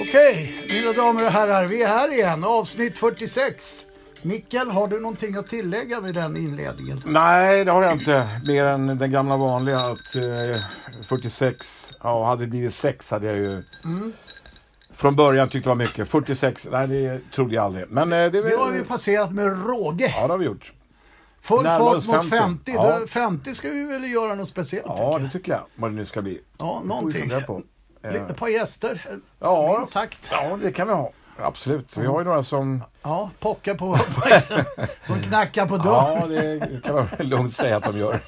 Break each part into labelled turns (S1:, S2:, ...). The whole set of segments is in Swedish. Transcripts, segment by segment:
S1: Okej, mina damer och herrar, vi är här igen. Avsnitt 46. Mikael, har du någonting att tillägga vid den inledningen?
S2: Nej, det har jag inte. Mer än den gamla vanliga att eh, 46, ja hade det blivit 6 hade jag ju från början tyckt det var mycket. 46, nej det trodde jag aldrig. Men eh, det, är
S1: Det har
S2: väl-
S1: vi passerat med råge.
S2: Ja, det har vi gjort.
S1: Full
S2: närmar
S1: fart
S2: oss
S1: mot 50.
S2: 50. Ja.
S1: Då- 50 ska vi väl göra något speciellt? tycker
S2: Ja,
S1: jag.
S2: det tycker jag. Vad det nu ska bli.
S1: ja
S2: Det får vi
S1: någonting.
S2: fundera på. Eh,
S1: Ett par gäster,
S2: Ja.
S1: minst sagt.
S2: Ja, det kan vi ha. Absolut. Vi har ju några som...
S1: Ja, pockar på axeln, som knackar på dörren.
S2: Ja, det kan man väl lugnt säga att de gör.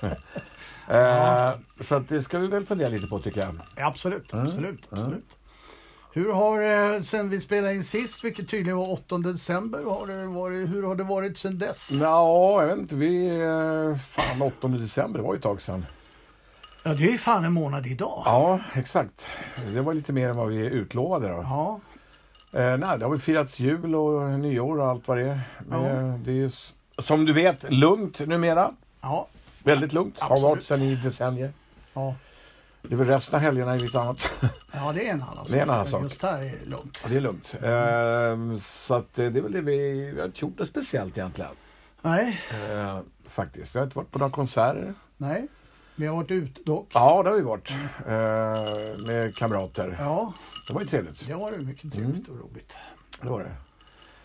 S2: Eh, så att det ska vi väl fundera lite på tycker jag.
S1: Absolut,
S2: Mm.
S1: absolut, absolut. Hur har eh, sen vi spelade in sist, vilket tydligen var 8 december, har det varit, hur har det varit sen dess?
S2: Mm. Ja, jag vet inte. Vi... eh, Fan, 8 december, det var ju ett tag sedan.
S1: Ja, det är ju fan en månad idag.
S2: Ja, exakt. Det var lite mer än vad vi utlovade då.
S1: Ja,
S2: Eh, nej, det har väl firats jul och nyår och allt vad det är. Men
S1: Ja.
S2: eh, det är ju s- som du vet lugnt numera.
S1: ja,
S2: Väldigt lugnt.
S1: Absolut.
S2: Har varit sedan i decennier.
S1: ja.
S2: Det är väl resten av helgerna är lite annat.
S1: ja det är en annan sak.
S2: Det är en annan sak.
S1: Just här är det lugnt.
S2: Ja, det är lugnt. Eh, så att eh, det är väl det vi vi har inte gjort något speciellt egentligen.
S1: Nej,
S2: Eh, faktiskt. Vi har inte varit på några konserter. Mm.
S1: nej. Vi har varit ute dock.
S2: Ja, det har vi varit. Eh, med kamrater.
S1: Ja,
S2: Det var ju trevligt.
S1: det var ju mycket trevligt
S2: Mm.
S1: och roligt.
S2: Det var det.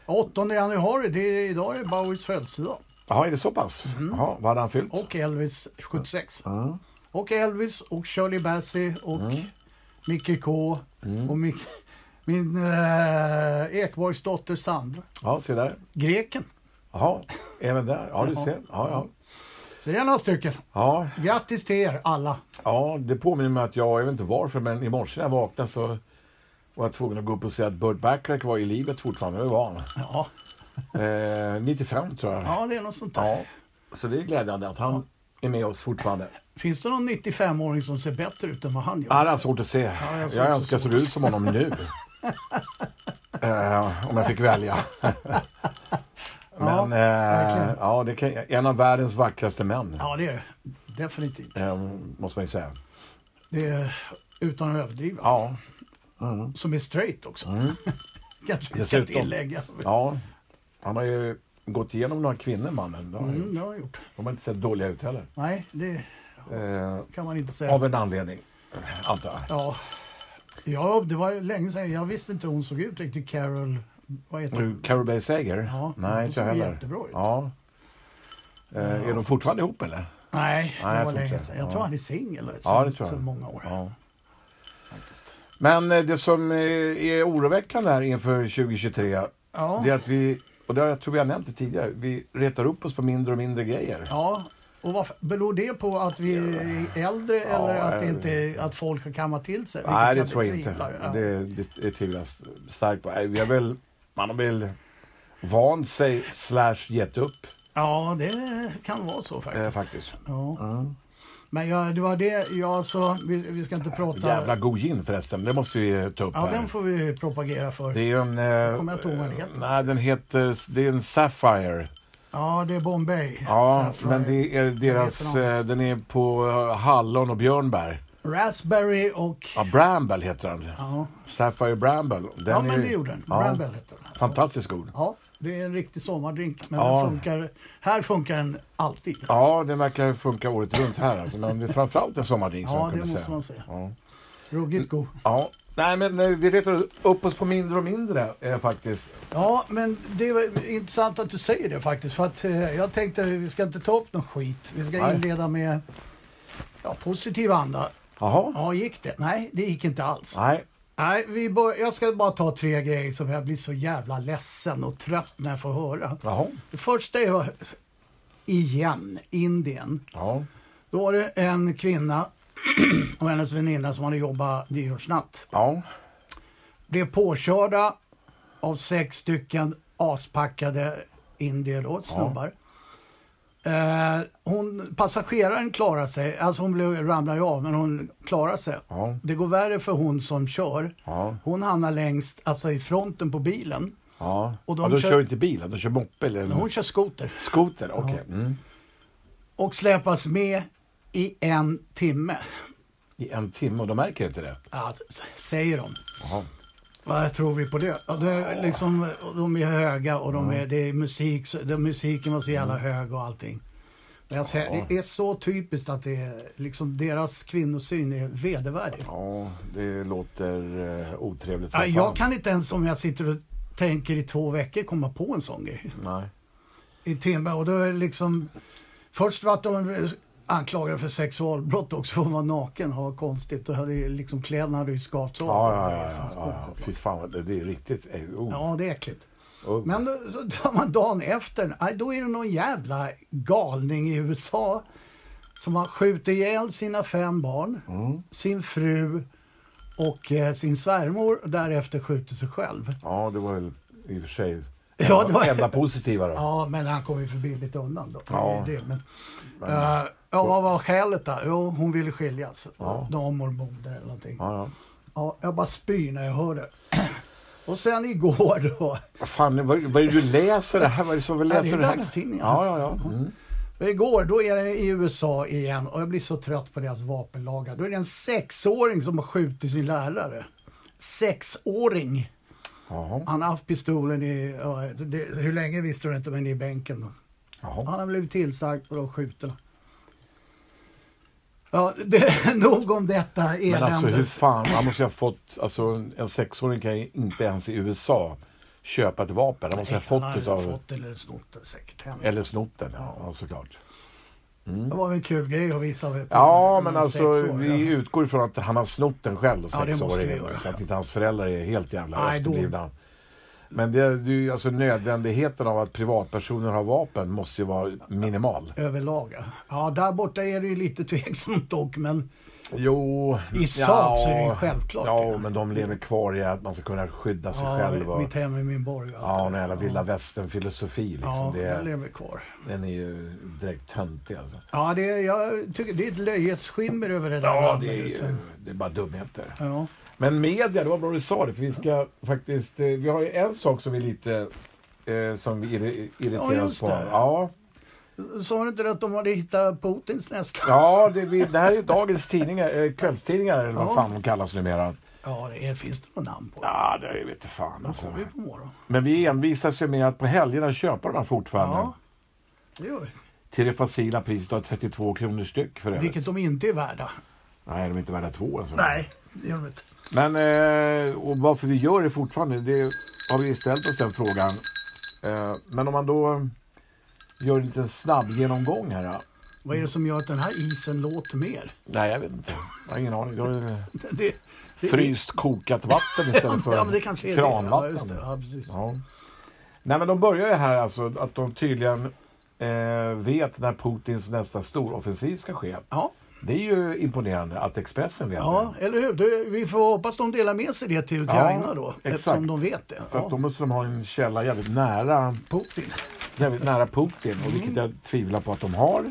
S1: 8 januari, det är, idag är Bowies födelsedag.
S2: Jaha, är det så pass? Jaha, vad hade han fyllt?
S1: Och Elvis 76.
S2: Mm.
S1: Och Elvis och Shirley Bassey och Mickey K.
S2: Mm.
S1: Och Mick, min eh, Ekborgs dotter Sandra.
S2: Ja, se där.
S1: Greken.
S2: Jaha, även där. Ja, du ser. Ja, ja.
S1: Så det är några stycken.
S2: Ja,
S1: Grattis till er alla.
S2: ja, det påminner mig att jag, jag vet inte varför, men i morse när jag vaknade så var jag tvungen att gå upp och säga att Burt Bacharach var i livet fortfarande. Det var han.
S1: Ja,
S2: Eh, 95 tror jag.
S1: ja det är något sånt där.
S2: Ja, Så det är glädjande att han är med oss fortfarande.
S1: Finns det någon 95-åring som ser bättre ut än vad han gör?
S2: Ja, det är alltså svårt att se.
S1: det är alltså
S2: jag
S1: svårt att
S2: önskar jag såg ut som honom nu. eh, om jag fick välja. Men ja, eh,
S1: verkligen.
S2: ja, det kan, en av världens vackraste män.
S1: Ja, det är det. Definitivt.
S2: Eh, måste man ju säga.
S1: Det är, utan att överdriva.
S2: Ja, Mm.
S1: Som är straight också. Kanske vi ska
S2: Dessutom.
S1: tillägga.
S2: Ja, han har ju gått igenom några kvinnor, mannen. Det har han
S1: Mm,
S2: gjort.
S1: det har jag gjort.
S2: De har inte sett dåliga ut heller.
S1: Nej, det
S2: Eh,
S1: kan man inte säga.
S2: av en anledning, eh, antar jag.
S1: Ja. ja, det var ju länge sedan. Jag visste inte hur hon såg ut riktigt. Carol... Vad heter hon?
S2: Mm. Carol Bay Sager?
S1: Ja,
S2: Nej,
S1: hon
S2: inte
S1: såg
S2: jag heller.
S1: jättebra ut.
S2: Ja. Eh, Är de fortfarande ihop eller?
S1: Nej, det
S2: Nej, jag
S1: var
S2: tror
S1: länge
S2: inte.
S1: sedan. Jag
S2: Ja.
S1: tror han är singel sedan,
S2: Ja, det tror jag.
S1: sedan många år.
S2: Ja.
S1: Faktiskt.
S2: Men eh, det som eh, är oroväckande här inför 2023,
S1: Ja.
S2: det är att vi, och det har jag tror vi har nämnt det tidigare, vi retar upp oss på mindre och mindre grejer.
S1: ja. Och vad beror det på att vi är äldre eller att, det
S2: eh,
S1: inte, är- att folk har kammat till sig? Vilket
S2: Nej, det
S1: jag
S2: tror jag inte.
S1: betvivlar. Ja.
S2: Det, det, det tvivlar jag starkt på. Nej, Vi har väl, man har väl vant sig slash gett upp
S1: ja, det kan vara så faktiskt.
S2: eh, faktiskt. Mm.
S1: Ja. Men jag, det var det, jag alltså, vi, vi ska inte prata...
S2: Jävla god gin förresten, det måste vi eh, ta upp
S1: ja,
S2: här.
S1: den får vi propagera för.
S2: Det är ju en... Eh,
S1: kommer jag inte ihåg vad den heter.
S2: Nej, den heter... Det är en Sapphire.
S1: Ja, det är Bombay.
S2: Ja,
S1: Sapphire.
S2: men det är
S1: heter
S2: deras...
S1: den?
S2: eh, Den är på eh, hallon och björnbär.
S1: Raspberry och...
S2: Ja, Bramble heter den.
S1: Ja,
S2: Sapphire Bramble. Den
S1: ja
S2: är
S1: men
S2: ju-
S1: det gjorde den.
S2: Ja,
S1: Bramble hette den.
S2: Fantastiskt god.
S1: Ja, det är en riktig sommardrink. Men
S2: Ja.
S1: den funkar, här funkar den alltid.
S2: Ja, den verkar funka året runt här alltså. Men det är framförallt en sommardrink som
S1: Ja,
S2: jag
S1: det
S2: kunde
S1: måste
S2: säga.
S1: man säga.
S2: Ja.
S1: Ruggigt god.
S2: ja. Nej, men eh, vi retar upp oss på mindre och mindre eh, faktiskt.
S1: Ja, men det är intressant att du säger det faktiskt. För att eh, jag tänkte vi ska inte ta upp någon skit. Vi ska
S2: Nej.
S1: inleda med ja, positiv anda.
S2: Jaha.
S1: Ja, gick det? Nej, det gick inte alls.
S2: Nej.
S1: Nej, vi bör, jag ska bara ta tre grejer som jag blir så jävla ledsen och trött när jag får höra.
S2: Jaha.
S1: Det första är, igen, Indien.
S2: Ja.
S1: Då var det en kvinna och hennes väninna som hade jobbat nyårsnatt.
S2: Ja.
S1: Blev påkörda av sex stycken aspackade indier då, snubbar. Eh, hon, passageraren klarar sig, alltså hon blev, ramlar ju av men hon klarar sig.
S2: Ja.
S1: Det går värre för hon som kör.
S2: Ja.
S1: Hon hamnar längst, alltså i fronten på bilen.
S2: Ja.
S1: Och
S2: Och
S1: de
S2: de, ja, de
S1: kör-
S2: kör... inte bil, de kör moppe eller
S1: Men Hon kör skoter.
S2: skoter. Okej. Mm.
S1: Och släpas med i en timme.
S2: I en timme och de märker inte det.
S1: Ja, s- säger de.
S2: Jaha.
S1: Vad tror vi på det? Ja, det är liksom, de är höga och de är, det är musik, så- den musiken var så jävla hög och allting. Men jag säger, det är så typiskt att det är, liksom, deras kvinnosyn är vedervärdig.
S2: Ja, det låter eh, otrevligt som
S1: Ja, jag
S2: fan.
S1: kan inte ens om jag sitter och tänker i två veckor komma på en sån grej.
S2: Nej.
S1: I timme och då är det liksom, först vart de anklagade för sexualbrott också för att vara naken, ha konstigt. Då hade ju liksom kläderna hade ju skavts av. Liksom
S2: Ja, ja, ja, ja, ja, ja. Fy fan, vad- det, det är riktigt... eh, Oh,
S1: ja, det är äckligt.
S2: oh.
S1: Men då- så tar man dagen efter, aj, då är det någon jävla galning i USA som har skjutit ihjäl sina fem barn,
S2: Mm.
S1: sin fru och eh, sin svärmor och därefter skjutit sig själv.
S2: Ja, det var väl i och för sig
S1: Ja, det
S2: det
S1: var-
S2: enda positiva då.
S1: Ja, men han kom ju för billigt undan då.
S2: Ja.
S1: Det är det, men, eh, ja, vad var skälet då? Jo, hon ville skiljas. Ja. Damer och moder eller någonting. Ja.
S2: Ja, ja.
S1: jag bara spyr när jag hör det. Och sen igår då.
S2: Vad Fan, vad, vad är det du läser det här? Vad är det som vi
S1: Ja,
S2: läser
S1: det är
S2: här?
S1: dagstidningar.
S2: Ja, ja, ja. Mm.
S1: Men Igår, då är det i USA igen och jag blir så trött på deras vapenlagar. Då är det en sexåring som har skjutit sin lärare. Sexåring!
S2: Jaha.
S1: Han har haft pistolen i, ja, det, hur länge visste du inte, men i bänken. Då.
S2: Jaha.
S1: Han har blivit tillsagd och då skjuter han. Ja, det, nog om detta eländes.
S2: Men alltså hur fan, han måste ju ha fått, alltså en en sexåring kan ju inte ens i USA köpa ett vapen. Han måste ha
S1: Han
S2: fått
S1: har
S2: utav,
S1: fått eller snott det säkert hem.
S2: eller snott den, ja, ja såklart.
S1: Det var väl en kul grej att visa. på
S2: Ja,
S1: en
S2: men alltså
S1: sexåring.
S2: vi utgår ifrån att han har snott den själv och
S1: Ja, det måste vi
S2: sexåringen.
S1: göra.
S2: så att inte hans föräldrar är helt jävla
S1: Nej, då-
S2: efterblivna. Men det, det är ju alltså nödvändigheten av att privatpersoner har vapen måste ju vara minimal.
S1: Överlag. ja. Ja, där borta är det ju lite tveksamt dock, men
S2: Jo,
S1: I sak så är det ju självklart.
S2: Ja, men de lever kvar i att man ska kunna skydda sig
S1: ja,
S2: själv. Och,
S1: mitt hem är min borg. och allt
S2: ja,
S1: det
S2: en
S1: där.
S2: jävla vilda västern-filosofi. Liksom.
S1: ja,
S2: det,
S1: den lever kvar.
S2: Den är ju direkt töntig alltså.
S1: Ja, det, är- jag tycker det är ett löjets skimmer över det där
S2: Ja, det är, ju-
S1: landhusen.
S2: det är bara dumheter.
S1: Ja.
S2: Men media, det var bra du sa det, för vi ska faktiskt... eh, Vi har ju en sak som vi lite... Eh, som vi irri- irriterar
S1: Ja, just
S2: oss på.
S1: det.
S2: Ja,
S1: Sa du inte att de hade hittat Putins nästa?
S2: ja det, vi, det här är dagens tidningar, eh, kvällstidningar eller vad
S1: Ja.
S2: fan de kallas numera.
S1: Ja, det är, finns det något namn på?
S2: Ja, det vet inte fan
S1: Får
S2: alltså.
S1: vi på morgon?
S2: Men vi envisas ju med att på helgerna köpa de här fortfarande.
S1: Ja, det gör vi.
S2: Till det facila priset av 32 kronor styck för övrigt.
S1: Vilket de inte är värda. Mm.
S2: Nej, de är inte värda två alltså. ens.
S1: Nej, det gör de inte.
S2: Men eh, och varför vi gör det fortfarande, det har vi ställt oss den frågan. Eh, men om man då gör en liten snabb genomgång här. då.
S1: Vad är det som gör att den här isen låter mer?
S2: Nej, jag vet inte. Jag har ingen aning. Då är det
S1: Det, det,
S2: fryst kokat vatten istället för
S1: ja, men det kanske är det. Ja,
S2: kranvatten.
S1: just det. Ja, precis.
S2: Ja. Nej, men de börjar ju här alltså att de tydligen eh, vet när Putins nästa storoffensiv ska ske.
S1: Ja.
S2: Det är ju imponerande att Expressen vet det.
S1: Ja, eller hur? Du, vi får hoppas de delar med sig det till Ukraina då,
S2: exakt.
S1: eftersom de vet det.
S2: För
S1: Ja,
S2: att då måste de ha en källa jävligt nära
S1: Putin.
S2: jävligt nära Putin och vilket jag tvivlar på att de har. Eh,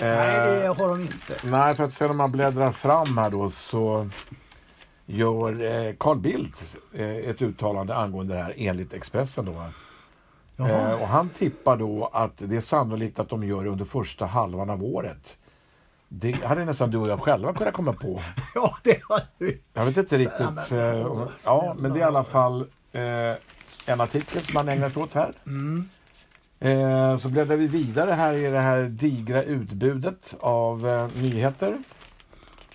S1: Nej, det
S2: nej,
S1: har de inte.
S2: för att sen om man bläddrar fram här då så gör eh, Carl Bildt eh, ett uttalande angående det här enligt Expressen då.
S1: Jaha.
S2: Eh, och han tippar då att det är sannolikt att de gör det under första halvan av året. Det hade nästan du och jag själva kunnat komma på.
S1: Ja, det har du.
S2: Jag vet inte riktigt.
S1: men-
S2: eh, om- ja, men det är i alla fall eh, en artikel som man ägnar sig åt här.
S1: Mm.
S2: Eh, så bläddrar vi vidare här i det här digra utbudet av eh, nyheter.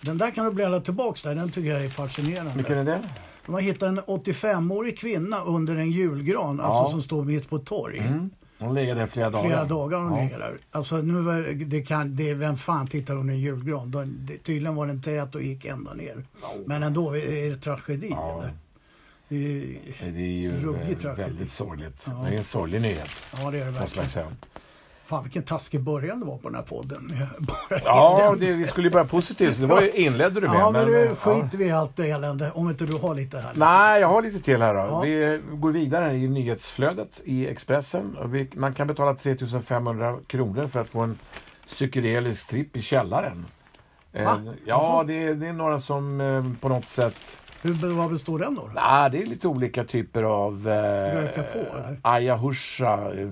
S1: Den där kan du bläddra tillbaks där, den tycker jag är
S2: Vilken
S1: fascinerande.
S2: är det?
S1: De har hittat en 85-årig kvinna under en julgran, alltså
S2: Ja.
S1: som står mitt på ett torg.
S2: Mm. Hon ligger där flera dagar.
S1: Flera dagar hon
S2: Ja.
S1: ligger där. Alltså nu, var- det kan, det, vem fan tittar under en julgran? Den, det, tydligen var den tät och gick ända ner. Men ändå, är det tragedi
S2: Ja.
S1: eller? Det, är-
S2: Det är ju
S1: Ruggig
S2: eh,
S1: tragedi.
S2: väldigt sorgligt. Det är en sorglig nyhet.
S1: ja, det är det
S2: Måste man
S1: verkligen.
S2: säga.
S1: Fan vilken taskig början det var på den här podden. Bara
S2: Ja,
S1: elände.
S2: det, vi skulle ju börja positivt, så det var ju, inledde du med.
S1: ja men nu
S2: ja.
S1: skiter vi i allt elände om inte du har lite här.
S2: Nej, jag har lite till här då.
S1: Ja.
S2: Vi går vidare i nyhetsflödet i Expressen. Vi, man kan betala 3500 kronor för att få en psykedelisk tripp i källaren.
S1: Va?
S2: Eh, ja, det, det är några som eh, på något sätt...
S1: Hur, vad består den då? då?
S2: Nej, det är lite olika typer av... Eh,
S1: Röka på, eller?
S2: Ayahusha. eh,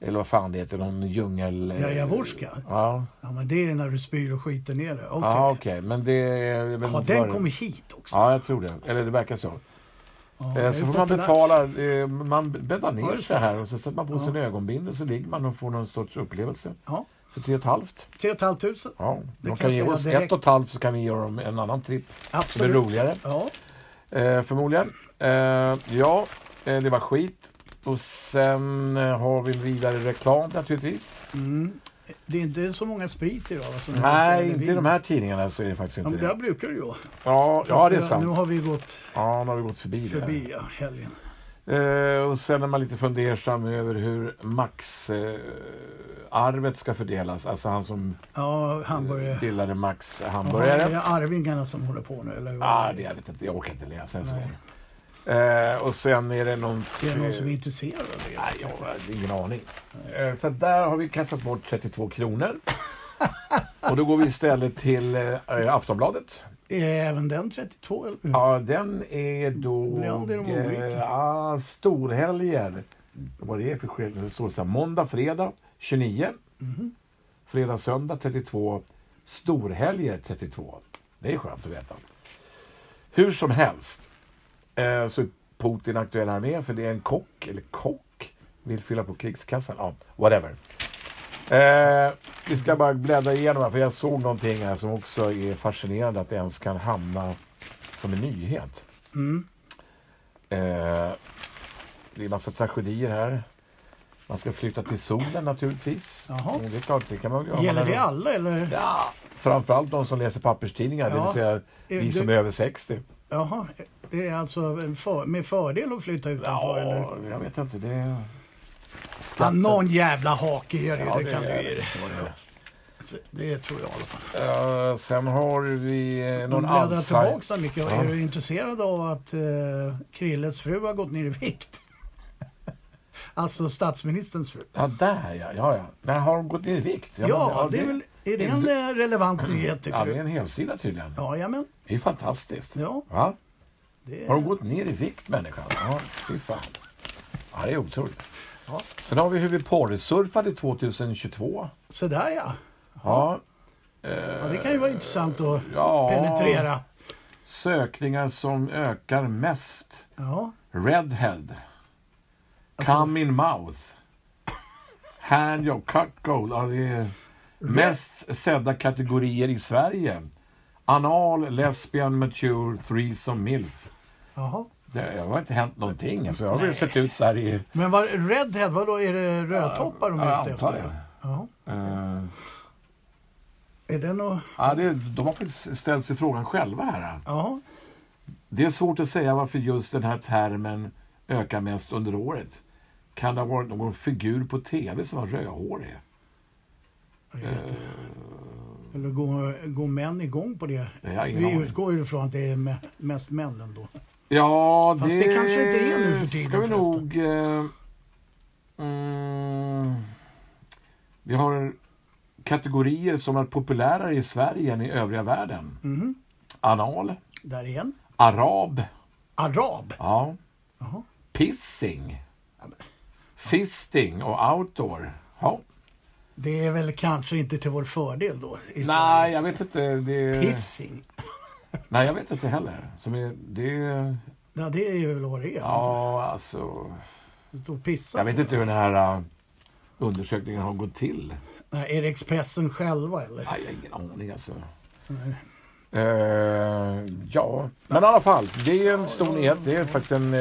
S2: Eller vad fan det heter, någon djungel... eh,
S1: Jajavorska?
S2: Ja,
S1: Ja men det är när du spyr och skiter ner det. Okej.
S2: Ja, okej. Men det... är- jag vet
S1: Har
S2: inte vad
S1: den
S2: det-
S1: kommit hit också?
S2: Ja, jag tror det. Eller det verkar så.
S1: Ja, det
S2: Eh,
S1: är
S2: Så får man
S1: populärt.
S2: betala, eh, man bäddar
S1: Ja,
S2: ner
S1: just
S2: sig här och så sätter man på
S1: Ja.
S2: sig en ögonbindel och så ligger man och får någon sorts upplevelse.
S1: Ja,
S2: För tre och ett halvt.
S1: 3 500. Det
S2: Ja, de
S1: kan jag
S2: kan ge
S1: säga
S2: oss
S1: direkt.
S2: ett och ett halvt så kan vi göra dem en annan tripp. Som är
S1: Absolut.
S2: roligare
S1: Ja,
S2: eh, förmodligen. Eh, ja, eh, det var skit. Och sen eh, har vi vidare reklam naturligtvis.
S1: mm. Det är inte så många sprit alltså, idag. va, som
S2: Nej,
S1: eller
S2: inte i
S1: vin.
S2: de här tidningarna så är det faktiskt
S1: Ja,
S2: inte
S1: men där
S2: det.
S1: brukar det ju vara.
S2: Ja, ja, det är
S1: Alltså, Nu
S2: sant.
S1: har vi gått
S2: Ja, nu har vi gått förbi det.
S1: förbi ja, helgen.
S2: Eh, och sen är man lite fundersam över hur Max eh, arvet ska fördelas. Alltså han som
S1: Ja, hamburgare.
S2: bildade Max
S1: Är
S2: hamburgare.
S1: det Arvingarna som håller på nu eller? vad?
S2: Ah, det jag vet inte, jag orkar inte läsa en sån.
S1: Nej.
S2: Eh, och sen är det någon...
S1: Det är någon som är intresserad av det.
S2: Nej, jag har ingen aning. Eh, så där har vi kastat bort 32 kronor. och då går vi istället till eh, Aftonbladet.
S1: Är även den 32? Eller?
S2: Ja, den är då...
S1: Mm. Blir han det de olika?
S2: eh, ah, storhelger. Vad det är för skillnad. Det står så här, måndag, fredag 29.
S1: Mm-hmm.
S2: Fredag, söndag 32. Storhelger 32. Det är skönt att veta. Hur som helst eh, så är Putin aktuell här med för det är en kock, eller kock, vill fylla på krigskassan. Ja, whatever. Eh, vi ska bara bläddra igenom här för jag såg någonting här som också är fascinerande att det ens kan hamna som en nyhet.
S1: Mm.
S2: Eh, det är massa tragedier här. Man ska flytta till solen naturligtvis.
S1: Jaha.
S2: Och Det är klart, det kan man göra.
S1: Gäller det alla eller?
S2: Ja, framförallt de som läser papperstidningar, det
S1: Ja.
S2: vill säga vi
S1: Eh,
S2: som
S1: du-
S2: är över 60.
S1: Jaha, det är alltså en för, med fördel att flytta utanför eller?
S2: Ja, jag vet inte. Det är...
S1: Ja, någon jävla hake gör det,
S2: Ja,
S1: det kan
S2: är-
S1: det ju.
S2: vad det är.
S1: Så Det tror jag i alla fall.
S2: Eh, sen har vi eh,
S1: Någon
S2: någon
S1: bläddrar
S2: outsider.
S1: tillbaks där mycket.
S2: Ja.
S1: Är du intresserad av att eh, Krilles fru har gått ner i vikt? alltså statsministerns fru.
S2: Ja, där ja. ja, ja. Men har de gått ner i vikt?
S1: Ja,
S2: Jag menar,
S1: det är väl... Är det en eh, relevant nyhet
S2: Ja,
S1: tycker
S2: det är
S1: du?
S2: en helsida tydligen.
S1: Jajamän.
S2: Det är fantastiskt.
S1: Ja,
S2: Va?
S1: det
S2: Har de
S1: är...
S2: gått ner i vikt människan? Ja, fy fan. Ja, det är otroligt. Ja. Sen har vi hur vi porrsurfade 2022.
S1: Sådär ja.
S2: Ja.
S1: ja. Det kan ju vara intressant att
S2: ja.
S1: penetrera.
S2: Sökningar som ökar mest.
S1: Ja.
S2: Redhead.
S1: Alltså-
S2: Come in mouth. Hand your cuckold. Ja, det är mest sedda kategorier i Sverige. Anal, lesbian, mature, threesome, milf.
S1: Jaha.
S2: Det har inte hänt någonting. Alltså, jag har väl sett ut så här i...
S1: Men vad, Redhead, vadå, är det rödtoppar de är
S2: jag
S1: ute
S2: antar
S1: efter?
S2: det.
S1: Ja.
S2: Eh,
S1: Är det något...
S2: ja, det, de har faktiskt ställt sig frågan själva här.
S1: Ja.
S2: Det är svårt att säga varför just den här termen ökar mest under året. Kan det ha varit någon figur på tv som var rödhårig?
S1: Jag vet inte.
S2: Eh.
S1: Eller går, går män igång på det?
S2: Det har jag ingen
S1: Vi
S2: aning.
S1: utgår ju ifrån att det är me- mest män ändå.
S2: Ja,
S1: Fast det kanske inte är nu för tiden
S2: ska vi
S1: förresten.
S2: nog... Eh, mm, vi har kategorier som är populärare i Sverige än i övriga världen.
S1: Mhm.
S2: Anal,
S1: Där igen.
S2: arab,
S1: Arab.
S2: ja,
S1: Jaha.
S2: pissing, fisting och outdoor. Ja.
S1: Det är väl kanske inte till vår fördel då. i Sverige.
S2: Nej, jag vet inte. Det är,
S1: Pissing.
S2: Nej, jag vet inte heller. Som är, det är,
S1: Ja, det är väl vad det är.
S2: ja, alltså.
S1: Stå och pissa.
S2: Jag vet inte hur den här eh, undersökningen har gått till.
S1: Nej, är det Expressen själva eller?
S2: Nej, jag har ingen aning alltså. Eh, ja, men i alla fall. Det är en stor nyhet. Det är faktiskt en, eh,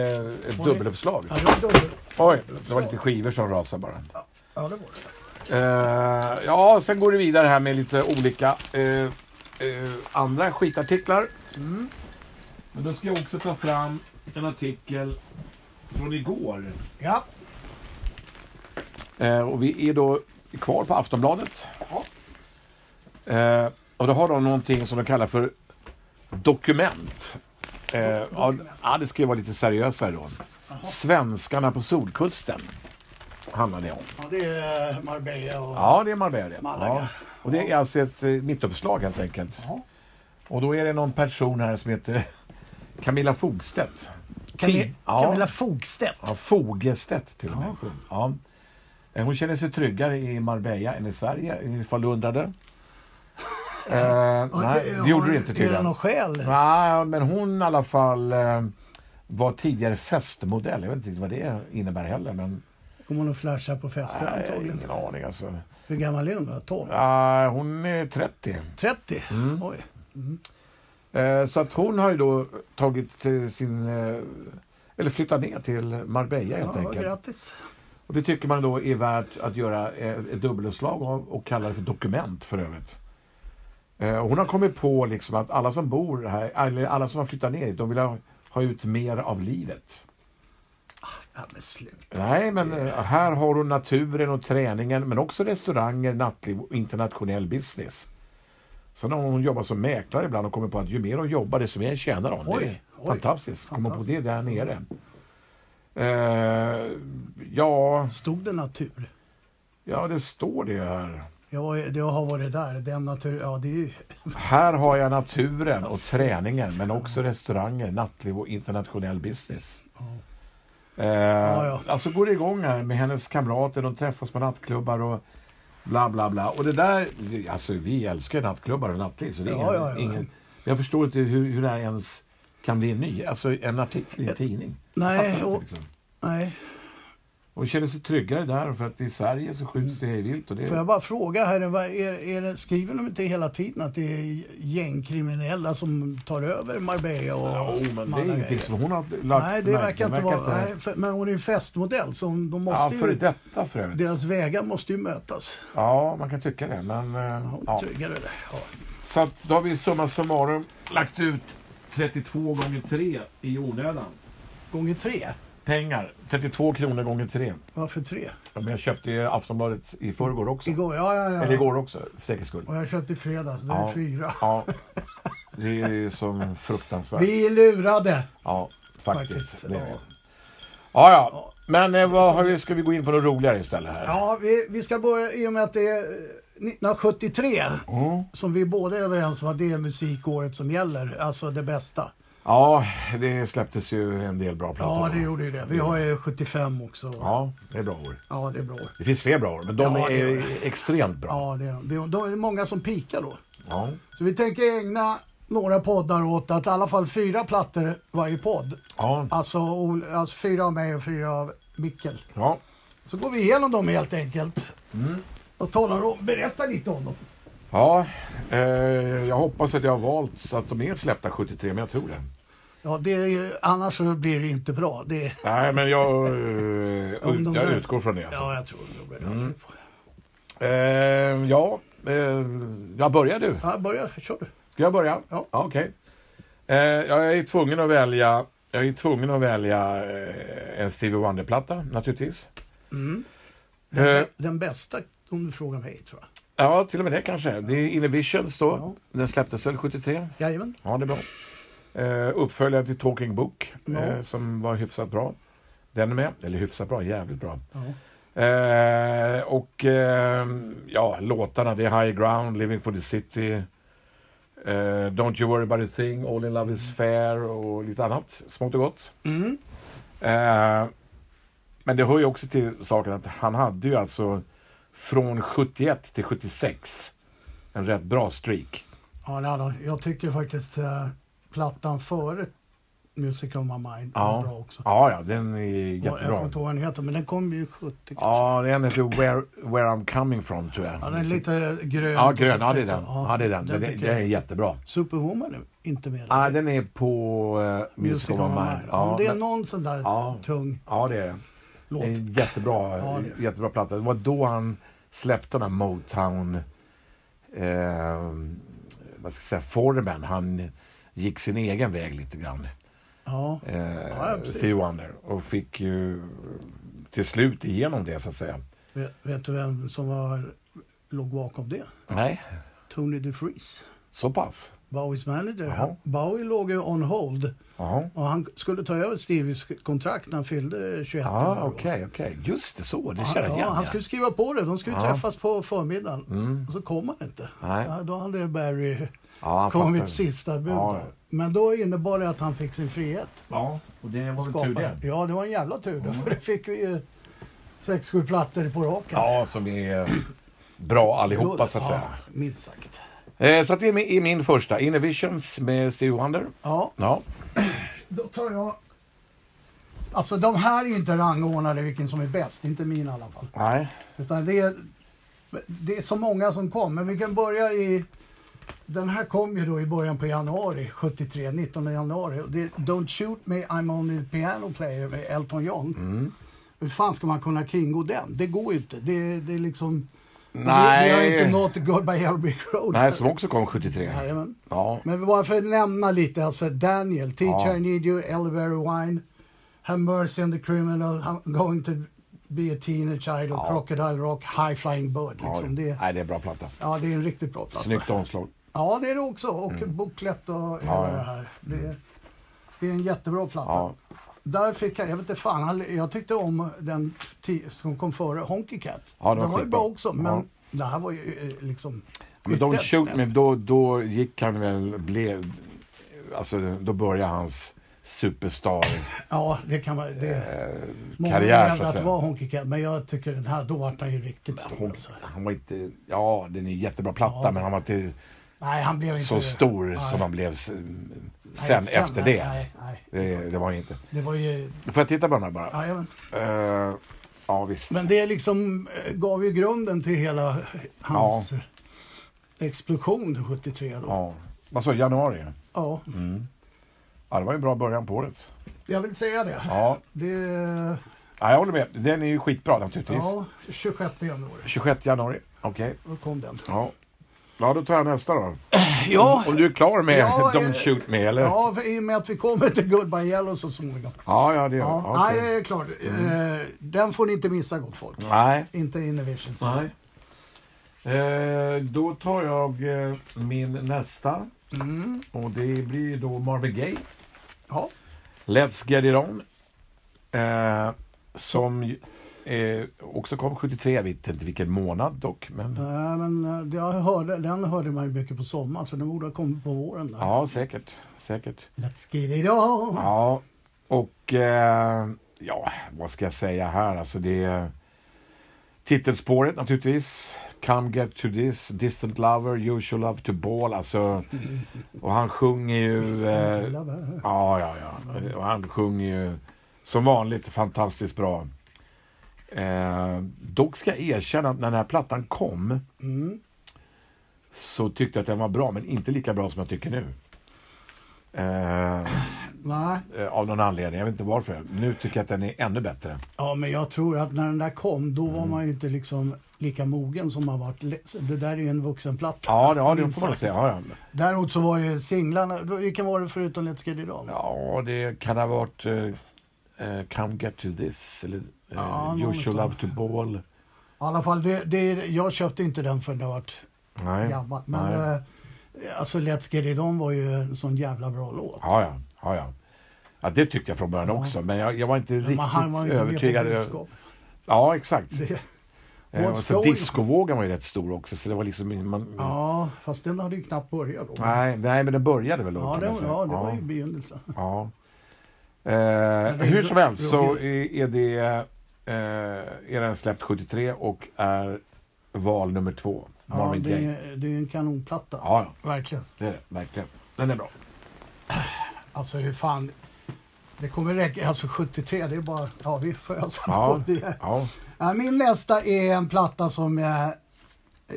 S2: ett dubbeluppslag.
S1: Ja, det var dubbel.
S2: Oj, det var lite skivor som rasade bara.
S1: Ja, det var det.
S2: Eh, ja, sen går det vidare här med lite olika eh, eh, andra skitartiklar. Mm. Men då ska jag också ta fram en artikel från igår.
S1: Ja.
S2: Eh, och vi är då kvar på Aftonbladet. Eh, och då har de någonting som de kallar för dokument. Eh, ja, ja, det ska ju vara lite seriösare då. Svenskarna på Solkusten handlar det om.
S1: Ja, det är eh, Marbella och...
S2: Ja, det är Marbella det.
S1: Malaga.
S2: Ja. Och det är alltså ett eh, mittuppslag helt enkelt. Och då är det någon person här som heter Camilla Fogstedt.
S1: Camilla,
S2: Tid- ja.
S1: Camilla Fogstedt.
S2: Ja, Fogestedt till och med. Ja. Eh, Hon känner sig tryggare i Marbella än i Sverige, ifall du undrade. Eh, nej, det gjorde du inte
S1: Är det
S2: tydligen.
S1: någon skäl?
S2: Nej, men hon i alla fall eh, var tidigare festmodell. Jag vet inte riktigt vad det innebär heller, men
S1: Kommer hon att flasha på fester
S2: nej,
S1: antagligen?
S2: ingen aning alltså.
S1: Hur gammal är hon då? 12?
S2: Ja, hon är 30.
S1: 30?
S2: Mm.
S1: Oj.
S2: Eh, så att hon har ju då tagit eh, sin, eh, eller flyttat ner till Marbella helt
S1: Ja,
S2: enkelt.
S1: grattis.
S2: Och det tycker man då är värt att göra eh, ett dubbeluppslag av och kalla det för dokument för övrigt. Eh, och Hon har kommit på liksom att alla som bor här, eller alla som har flyttat ner hit, de vill ha, ha ut mer av livet.
S1: Ja, men slut.
S2: Nej, men eh, här har hon naturen och träningen, men också restauranger, nattliv och internationell business. Sen har hon jobbat som mäklare ibland och kommit på att ju mer hon jobbar, desto mer tjänar hon.
S1: Oj,
S2: det är
S1: oj.
S2: fantastiskt. Kommer på det
S1: Fantastiskt.
S2: där nere. Eh, ja,
S1: Stod det natur?
S2: ja, det står det här.
S1: Ja, jag har varit där. Den natur... Ja, det är ju...
S2: Här har jag naturen och
S1: Alltså.
S2: träningen, men också restauranger, nattliv och internationell business. Eh,
S1: ja.
S2: Alltså går det igång här med hennes kamrater, de träffas på nattklubbar och bla bla bla. Och det där, alltså vi älskar nattklubbar och nattliv så det är
S1: Ja,
S2: ingen,
S1: ja, ja.
S2: ingen... Jag förstår inte hur, hur det här ens kan bli en ny, alltså en artikel i en tidning.
S1: Nej,
S2: Fattar inte,
S1: och,
S2: liksom.
S1: nej.
S2: Och känner sig tryggare där för att i Sverige så skjuts det hej vilt och det...
S1: Mm. Får jag bara fråga här, vad är, är det, skriver de inte hela tiden att det är gängkriminella som tar över Marbella och
S2: Ja, men det är
S1: Malaga?
S2: ingenting som hon har lagt
S1: Nej, det
S2: märke-
S1: verkar inte vara... Nej, för, men hon är ju festmodell, så de
S2: Ja,
S1: måste
S2: före
S1: ju...
S2: detta för övrigt.
S1: Deras vägar måste ju mötas.
S2: Ja, man kan tycka det. Men, eh,
S1: Ja,
S2: ja.
S1: Tryggare det. Ja.
S2: Så att då har vi summa summarum lagt ut 32 gånger 3 i onödan.
S1: Gånger tre.
S2: Pengar. 32 kronor gånger 3.
S1: Varför tre?
S2: Men jag köpte ju Aftonbladet i förrgår också.
S1: Igår, ja, ja, ja.
S2: Eller igår också, för säkerhets skull.
S1: Och jag köpte i fredags, det är
S2: Ja.
S1: fyra.
S2: Ja. Det är som fruktansvärt.
S1: Vi är lurade!
S2: Ja, faktiskt.
S1: Faktiskt,
S2: det är
S1: ja.
S2: det. Ja, ja. Men eh, vad har vi, ska vi gå in på något roligare istället här?
S1: Ja, vi, vi ska börja i och med att det är eh, 1973
S2: Mm.
S1: som vi båda är överens om att det är musikåret som gäller, alltså det bästa.
S2: Ja, det släpptes ju en del bra plattor.
S1: Ja, det gjorde ju det. Vi har ju 75 också. Ja,
S2: Ja, det är bra år.
S1: det är bra. år.
S2: Det finns fler bra år, men de
S1: Ja, det gör
S2: är extremt bra.
S1: Ja, det är, det, är, då är det många som pikar då.
S2: Ja.
S1: Så vi tänker ägna några poddar åt att i alla fall fyra plattor varje podd.
S2: Ja.
S1: Alltså, Ol- alltså fyra av mig och fyra av Mickel.
S2: ja.
S1: Så går vi igenom dem helt enkelt. Och talar om, berättar lite om dem.
S2: Ja, eh, jag hoppas att jag har valt att de är släppta 73, men jag tror det.
S1: Ja, det är, ju- annars så blir det inte bra. Det, är-
S2: Nej, men jag, eh,
S1: Om de
S2: jag
S1: där-
S2: utgår från det. Alltså.
S1: ja, jag tror det. Mm.
S2: Eh, ja, eh, jag börjar du.
S1: Ja, börja. Kör du.
S2: Ska jag börja?
S1: Ja.
S2: Okej. Eh, jag är tvungen att välja, jag är tvungen att välja eh, en Stevie Wonder-platta, naturligtvis.
S1: Den,
S2: Mm. Eh.
S1: den bästa, om du frågar mig, tror jag.
S2: Ja, till och med det kanske. Det är Innovisions då.
S1: Ja.
S2: Den släpptes väl 73?
S1: Jajamän.
S2: Ja, det är bra. Eh, uppföljaren till Talking Book,
S1: Ja.
S2: eh, som var hyfsat bra. Den är med. Eller hyfsat bra, jävligt bra.
S1: Ja.
S2: Eh, och eh, ja, låtarna, det är High Ground, Living for the City, eh, Don't You Worry About A Thing, All In Love Is Fair och lite annat smått och gott.
S1: Mm.
S2: Eh, men det hör ju också till saken att han hade ju alltså från 71 till 76 en rätt bra streak.
S1: Ja, nej, då. jag tycker faktiskt eh, plattan före Music of My Mind
S2: Ja.
S1: var bra också.
S2: Ja, ja, den är
S1: Och Jag kommer
S2: jättebra.
S1: inte ihåg vad den heter, men den kom ju 70 kanske.
S2: Ja, den heter Where, Where I'm Coming From tror jag.
S1: Ja, den är lite grön.
S2: Ja,
S1: och
S2: grön.
S1: så-
S2: Ja, det är den. Ja, det är den. Den, är-
S1: tycker
S2: den är
S1: jag.
S2: jättebra.
S1: Superwoman är inte med.
S2: Ja, den är på uh, Music of My Mind.
S1: Om
S2: Ja,
S1: det är
S2: men-
S1: någon sån där
S2: Ja.
S1: tung
S2: ja, det är den.
S1: låt.
S2: Det är en jättebra,
S1: Ja, det är det.
S2: jättebra platta. Det var då han släppte den här Motown... Eh, vad ska jag säga? Formen. Han gick sin egen väg lite grann.
S1: Ja.
S2: Eh,
S1: Ja, ja, precis.
S2: Stevie Wonder. Och fick ju till slut igenom det så att säga.
S1: Vet, vet du vem som var, låg bakom det?
S2: Nej,
S1: Tony DeFries.
S2: så pass?
S1: Bowies manager.
S2: Jaha.
S1: Bowie låg ju on hold
S2: Jaha.
S1: och han skulle ta över Stevies kontrakt när han fyllde 21 år.
S2: Ja, Ah, okej, okej. Just det, så. Det känner jag
S1: ja,
S2: igen.
S1: han
S2: ja.
S1: skulle skriva på det. De skulle
S2: Ja. Mm.
S1: träffas på förmiddagen. Och så kom han inte.
S2: Nej.
S1: Ja, då hade Barry
S2: Ja, han fattar.
S1: kommit sista bud.
S2: Ja,
S1: då.
S2: ja.
S1: Men då innebar det att han fick sin frihet.
S2: Ja, och det var väl tur Mm.
S1: Skapade.
S2: det.
S1: Ja, det var en jävla tur. då, För det fick vi ju sex, sju plattor på raken.
S2: Ja, som är bra allihopa så att säga.
S1: Ja, minst sagt.
S2: Eh, så att det är min, är min första. Innovations med Stevie Wonder.
S1: Ja,
S2: Ja.
S1: då tar jag... Alltså de här är ju inte rangordnade vilken som är bäst. Inte min i alla fall.
S2: Nej.
S1: Utan det är, det är så många som kom. Men vi kan börja i... Den här kom ju då i början på januari 73, 19 januari. Och Det är Don't shoot me, I'm only a piano player med Elton John.
S2: Mm.
S1: Hur fan ska man kunna kringgå den? Det går ju inte. Det, det är liksom... Vi, vi har ju
S2: Nej.
S1: inte nått Goodbye Elbrick Road.
S2: Nej, som också kom 73.
S1: Jajamän.
S2: Ja.
S1: Men bara för att nämna lite, alltså Daniel, Teacher
S2: Ja.
S1: I Need You, Elberry Wine, Have Mercy on the Criminal, I'm Going to Be a Teenage Idol, Crocodile Rock, High Flying Bird.
S2: ja.
S1: Liksom. Det,
S2: Nej, det är bra platta.
S1: ja, det är en riktigt bra platta.
S2: Snyggt omslag.
S1: Ja, det är det också. Och booklet och hela
S2: Ja, ja.
S1: det här. Det, är- det är en jättebra platta.
S2: Ja.
S1: Där fick jag, jag vet inte fan, han- jag tyckte om den ti- som kom före, Honky Cat.
S2: Ja, det var
S1: den var ju
S2: skitbra.
S1: bra också, men
S2: Ja.
S1: det här var ju eh, liksom...
S2: Men Don't
S1: ytterligare
S2: shoot
S1: ett
S2: me,
S1: snäpp.
S2: då, då gick han väl, blev, alltså då började hans superstar-karriär
S1: Ja, det kan man... Det,
S2: så
S1: hävdar
S2: Eh,
S1: att
S2: att
S1: det
S2: säga.
S1: var Honky Cat, men jag tycker den här, då vart han ju riktigt stor.
S2: Hon,
S1: Alltså.
S2: han var inte, ja den är en jättebra platta
S1: Ja.
S2: men han var inte
S1: Nej, han blev inte...
S2: så stor
S1: nej.
S2: som han blev s-
S1: Nej,
S2: sen efter
S1: nej,
S2: det.
S1: Nej, nej.
S2: det. Det var han inte.
S1: Det var ju...
S2: Får jag titta på den här bara?
S1: Ja, jag vet.
S2: Eh, ja visst.
S1: men det liksom eh, gav ju grunden till hela hans
S2: Ja.
S1: explosion 73 då. Ja.
S2: Ja. Mm. Vad sa du, januari? Ja, det var ju en bra början på året.
S1: jag vill säga det.
S2: Ja.
S1: Det...
S2: ja, jag håller med. Den är ju skitbra naturligtvis.
S1: Ja, 26 januari,
S2: 26 januari, okej.
S1: då kom den.
S2: Ja. ja, då tar jag nästa då.
S1: Ja,
S2: Om du är klar med
S1: Ja,
S2: Don't
S1: eh,
S2: shoot me eller? Ja,
S1: ja för i och med att vi kommer till Goodbye Yellow så småningom.
S2: ja, det gör
S1: Ja,
S2: jag. Okej. Mm.
S1: Nej, det är klart. Eh, Den får ni inte missa, gott folk.
S2: Nej.
S1: Inte Innovision.
S2: Nej. Eh, då tar jag eh, min nästa.
S1: Mm.
S2: Och det blir då Marvin Gaye.
S1: Ja.
S2: Let's get it on. Eh, som ju- eh, också kom 73. Jag vet inte vilken månad dock. Men,
S1: Nej, men eh, det jag hörde, den hörde man ju mycket på sommaren så den borde ha kommit på våren. Där.
S2: ja, säkert. Säkert.
S1: Let's get it on!
S2: Ja, och eh, ja, vad ska jag säga här? Alltså det är titelspåret naturligtvis. Come get to this, distant lover, usual love to ball. Alltså, och han sjunger ju... Eh, ja, ja, ja. Och han sjunger ju som vanligt fantastiskt bra. Eh, dock ska jag erkänna att när den här plattan kom
S1: Mm.
S2: så tyckte jag att den var bra, men inte lika bra som jag tycker nu. Eh,
S1: Nej,
S2: Eh, av någon anledning. Jag vet inte varför. Nu tycker jag att den är ännu bättre.
S1: ja, men jag tror att när den där kom då var man ju inte liksom lika mogen som man varit. Det där är ju en vuxenplatta.
S2: Ja, det, ja, det
S1: minst
S2: får man nog
S1: sagt.
S2: säga. Ja, ja.
S1: Däremot så var ju singlarna, då- vilken var det förutom Let's get it on?
S2: ja, det kan ha varit eh, eh, Come get to this eller eh,
S1: Ja, någon
S2: You
S1: utav-
S2: should love to ball.
S1: I alla fall, det, det, jag köpte inte den förrän det vart
S2: Nej.
S1: gammalt. Men
S2: Nej.
S1: eh, alltså Let's get it on var ju en sån jävla bra låt.
S2: Ja, ja, ja, ja. Ja, det tyckte jag från början också, men jag, jag var inte
S1: Men
S2: riktigt
S1: han var ju inte med på
S2: övertygad.
S1: budskap.
S2: Ja, exakt.
S1: Det-
S2: Eh, och
S1: What's
S2: så
S1: going-
S2: discovågen var ju rätt stor också, så det var liksom... Man,
S1: Ja, fast den hade ju knappt börjat då.
S2: nej, nej, men den började väl då?
S1: Ja,
S2: kan
S1: det,
S2: man
S1: var-
S2: säga.
S1: ja, det var ju begynnelsen.
S2: Ja.
S1: Men det
S2: Eh,
S1: är
S2: hur
S1: ju
S2: som helst så
S1: Roger.
S2: är, är det eh, är den släppt 73 och är val nummer två.
S1: Ja,
S2: Marvin
S1: det,
S2: Gaye.
S1: är, det är ju en kanonplatta.
S2: Ja, ja,
S1: Verkligen.
S2: det är det. Verkligen. Den är bra.
S1: Alltså hur fan. Det kommer räcka. Alltså 73, det är bara... Ja, vi får ösa
S2: Ja,
S1: på det.
S2: ja.
S1: Ja, min nästa är en platta som jag...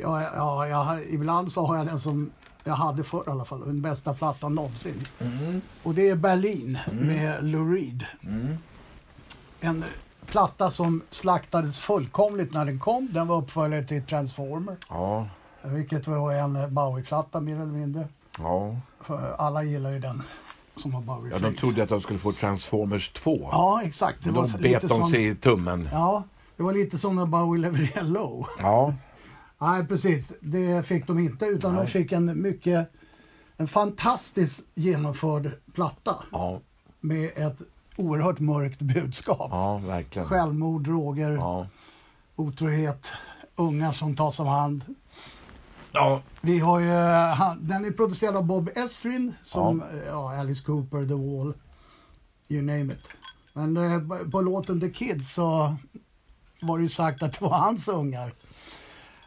S1: Ja, ja, jag, har- ibland så har jag den som jag hade förr i alla fall. Den bästa plattan någonsin. Och det är Berlin med Lou Reed. En platta som slaktades fullkomligt när den kom. Den var uppföljare till Transformer.
S2: Ja,
S1: Vilket var en Bowie-platta mer eller mindre.
S2: ja.
S1: För alla gillar ju den som har Bowie
S2: ja de trodde att de skulle få Transformers 2.
S1: Ja, exakt. Det
S2: Men
S1: var
S2: då bet de sig i tummen.
S1: Ja, Det var lite som när Bowie levererade Low.
S2: Ja.
S1: Nej, precis. Det fick de inte, utan de fick en mycket... En fantastiskt genomförd platta
S2: Ja.
S1: med ett oerhört mörkt budskap.
S2: Ja, verkligen.
S1: Självmord, droger,
S2: Ja.
S1: otrohet, unga som tas om hand.
S2: Ja.
S1: Vi har ju, eh, han, den är producerad av Bob Esrin som, eh, ja. Alice Cooper, The Wall, you name it. Men eh, på- på låten The Kids så var det ju sagt att det var hans ungar.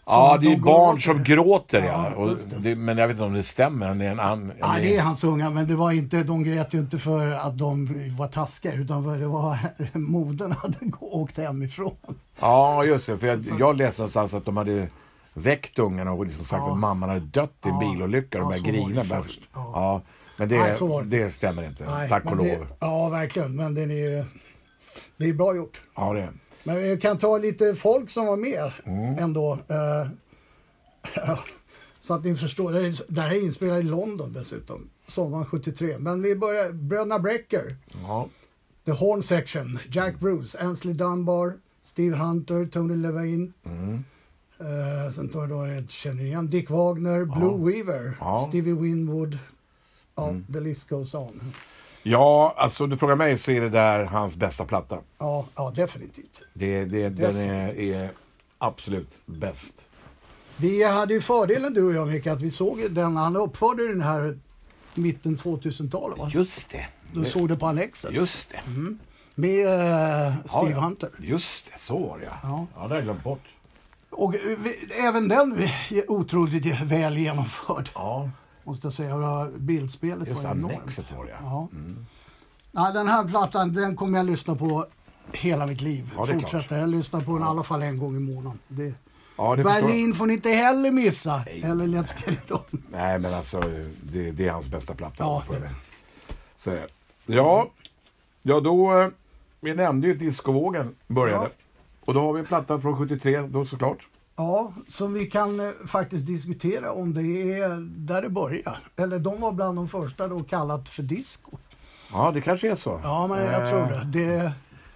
S2: Ja,
S1: Som
S2: det är
S1: de
S2: barn
S1: gråter.
S2: som gråter ja.
S1: Ja,
S2: Och
S1: just det.
S2: det, men jag vet inte om det stämmer. om Det är en an, om
S1: Nej, det är hans ungar, men det var inte, de grät ju inte för att de var taskiga utan för det var modern hade gå- åkt hemifrån.
S2: Ja, just det. För jag, jag läste någonstans att de hade väckt ungarna och liksom sagt
S1: Ja.
S2: att mamman hade dött i en
S1: Ja.
S2: bilolycka. De
S1: Ja,
S2: började
S1: så var
S2: grina.
S1: det
S2: Började,
S1: först.
S2: ja.
S1: Ja.
S2: men det,
S1: Nej, så var
S2: det.
S1: det.
S2: stämmer inte.
S1: Nej,
S2: Tack
S1: men
S2: och lov.
S1: det- Ja, verkligen, men den är ju, det är bra gjort.
S2: Ja, det.
S1: Men vi kan ta lite folk som var med
S2: Mm.
S1: ändå. Eh, så att ni förstår. Det är- Det här är inspelat i London dessutom. Sommaren 73. Men vi börjar. Bröderna Brecker.
S2: Ja.
S1: The Horn Section.
S2: Mm.
S1: Jack Bruce. Ansley Dunbar. Steve Hunter. Tony Levine.
S2: Mm.
S1: Eh, sen tar jag då, jag känner igen, Dick Wagner. Blue Weaver.
S2: Ja. Mm.
S1: Stevie Winwood. Ja, the list goes on.
S2: ja, alltså du frågar mig så är det där hans bästa platta.
S1: Ja, ja definitivt.
S2: Det, det, den är, är absolut bäst.
S1: Vi hade ju fördelen du och jag Micke att vi såg ju den, han uppförde ju den här mitten 2000-talet va?
S2: Just det.
S1: Du såg det på Annexet
S2: Just det.
S1: med eh, Steve
S2: ja.
S1: Hunter.
S2: Just det, så var det ja.
S1: Ja.
S2: Ja, det har jag glömt bort.
S1: Och eh, vi, även den är otroligt väl genomförd.
S2: Ja,
S1: Måste jag säga, och bildspelet
S2: just
S1: var enormt.
S2: Annexet var det ja. Mm.
S1: Ja. Nej, den här plattan den kommer jag lyssna på hela mitt liv.
S2: Ja, det är
S1: Fortsätta,
S2: klart.
S1: jag lyssnar på den i alla fall en gång i månaden. Det...
S2: ja det förstår jag.
S1: Berlin får ni inte heller missa.
S2: Nej.
S1: Eller Let's Get It On.
S2: Nej, men alltså det, det är hans bästa platta.
S1: Ja.
S2: får jag väl säga. Ja, ja då... eh, Vi nämnde ju att discovågen började.
S1: Ja.
S2: Och då har vi en platta från 73 då såklart.
S1: Ja, som vi kan eh, faktiskt diskutera om det är där det börjar. Eller de var bland de första då kallat för disco.
S2: Ja, det kanske är så.
S1: Ja, men jag
S2: Eh,
S1: tror det. Det,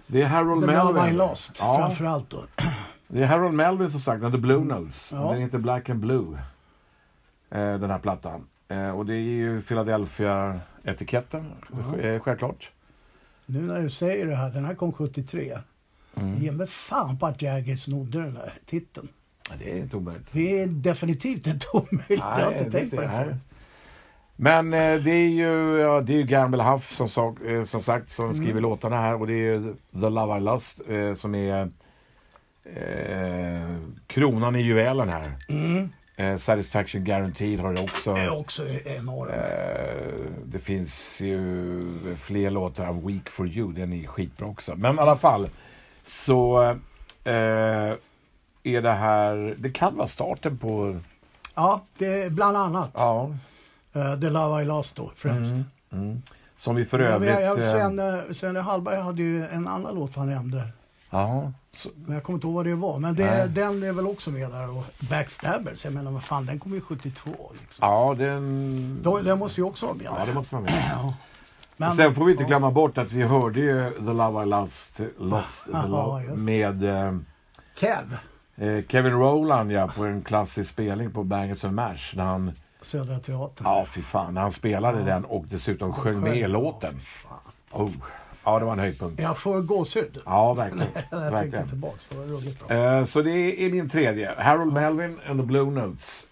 S2: Det är Harold
S1: det Love I
S2: Melvin.
S1: Lost
S2: ja,
S1: framförallt då.
S2: det är Harold Melvin som sagt, The Blue Notes.
S1: Mm. Ja.
S2: Den heter Black and Blue. Eh, Den här plattan. Eh, Och det är ju Philadelphia-etiketten, eh, självklart.
S1: Nu när du säger det här, den här kom 73.
S2: Mm.
S1: Ge mig fan på att Jagger snodde den här titeln.
S2: Ja, Det är inte omöjligt.
S1: Det är definitivt inte omöjligt. jag har inte tänkt på det.
S2: nej.
S1: förut.
S2: Men eh, det är ju, ja, det är ju Gamble Huff som, sa, eh, som sagt som
S1: Mm.
S2: skriver låtarna här och det är ju The Love I Lost eh, som är eh, kronan i juvelen här. Eh, Satisfaction Guaranteed har det också.
S1: Mm. Det är också enormt.
S2: Eh, det finns ju fler låtar än Weak for you, den är skitbra också. Men i alla fall så eh, är det här, det kan vara starten på,
S1: Ja, det är bland annat.
S2: ja,
S1: eh, The Love I Lost då främst.
S2: Som vi för
S1: Ja, men
S2: övrigt...
S1: jag, jag,
S2: eh,
S1: Sven, eh, Sven Hallberg hade ju en annan låt han nämnde.
S2: ja, så,
S1: Men jag kommer inte ihåg vad det var. Men
S2: Nej.
S1: det, den är väl också med där. Och Backstabbers, jag menar vad fan, den kom ju 72. Liksom.
S2: ja, den...
S1: Den, den måste ju också vara med.
S2: Ja,
S1: där.
S2: det måste vara med.
S1: Ja.
S2: Och
S1: Men,
S2: Sen får vi inte
S1: ja.
S2: glömma bort att vi hörde ju The Love I Lost, Lost
S1: Ja,
S2: the Love,
S1: just
S2: med eh,
S1: Kev,
S2: eh, Kevin Rowland ja, på en klassisk spelning på Bangers and Mash. När han,
S1: Södra Teatern.
S2: ja, fy fan, när han spelade den och dessutom sjöng med i
S1: sjöng.
S2: låten. Oh, ja, det var en höjdpunkt.
S1: Jag får gåshud.
S2: Ja, verkligen.
S1: Jag tänker
S2: verkligen.
S1: tillbaks, det var ruggigt bra.
S2: Eh, så det är min tredje. Harold Melvin and the Blue Notes.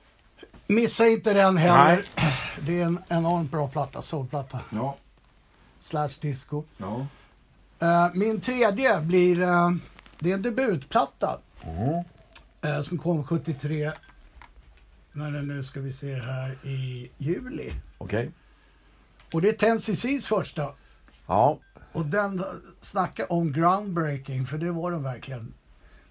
S1: Missa inte den heller. Det är en enormt bra platta, soulplatta.
S2: Ja,
S1: Slash disco.
S2: ja.
S1: Eh, Min tredje blir, eh, det är en debutplatta.
S2: Mm,
S1: eh, Som kom 73. Men eh, nu ska vi se här i juli.
S2: Okej.
S1: Och det är Tensicis första.
S2: Ja,
S1: Och den eh, snacka om groundbreaking, för det var den verkligen.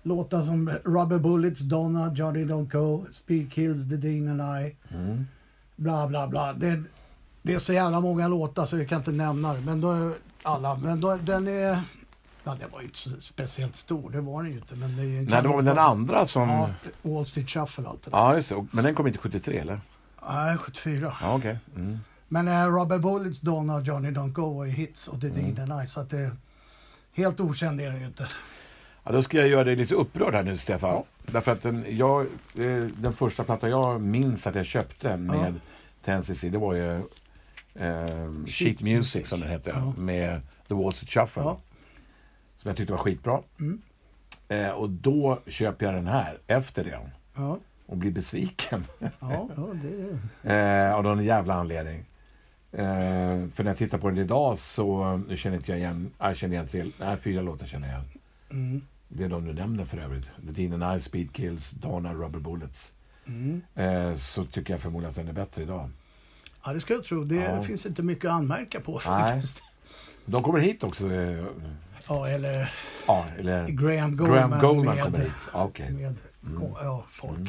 S1: Låtar som Rubber Bullets, Donna, Johnny Don't Go, Speed Kills, The Dean and I.
S2: Mm.
S1: Bla, bla, bla. Det, det är så jävla många låtar så jag kan inte nämna det. Men då är alla. Men då, den är... Ja, den var ju inte så speciellt stor, det var den ju inte. Men det är ju en
S2: Nej, det var väl den andra som...
S1: Ja,
S2: Ja,
S1: Wall Street Shuffle och allt det där.
S2: just det. Och- Men den kom inte 73 eller?
S1: Nej, 74.
S2: Ja, okej. Mm.
S1: Men eh, Rubber Bullets, Donna,
S2: Mm.
S1: Johnny Don't Go var ju hits och The Dean and I. Så att det... Helt okänd är den ju inte.
S2: Ja, då ska jag göra dig lite upprörd här nu, Stefan. Därför att den, jag, eh, den första plattan jag minns att jag köpte med ja. CC, det var ju eh, Sheet Music som den hette, med The Wall Street Shuffle.
S1: Ja.
S2: Som jag tyckte var skitbra. Eh, och då köper jag den här, efter den.
S1: Ja,
S2: Och blir besviken.
S1: ja, ja det är...
S2: Eh, av någon jävla anledning. Eh, för när jag tittar på den idag så eh, känner inte jag igen... Jag känner igen till... Nej, fyra låtar känner jag igen.
S1: Mm,
S2: Det är de du nämner för övrigt. The Dean and I, Speed Kills, Donna, Rubber Bullets.
S1: mm.
S2: Eh, så tycker jag förmodligen att den är bättre idag.
S1: Ja, det ska jag tro. Det
S2: Ja.
S1: finns inte mycket att anmärka på faktiskt.
S2: De kommer hit också. Eh,
S1: Ja, eller
S2: ja, eller...
S1: Graham Goldman,
S2: Graham Goldman
S1: med,
S2: kommer hit. Mm. Ja, Okej.
S1: med ja, folk.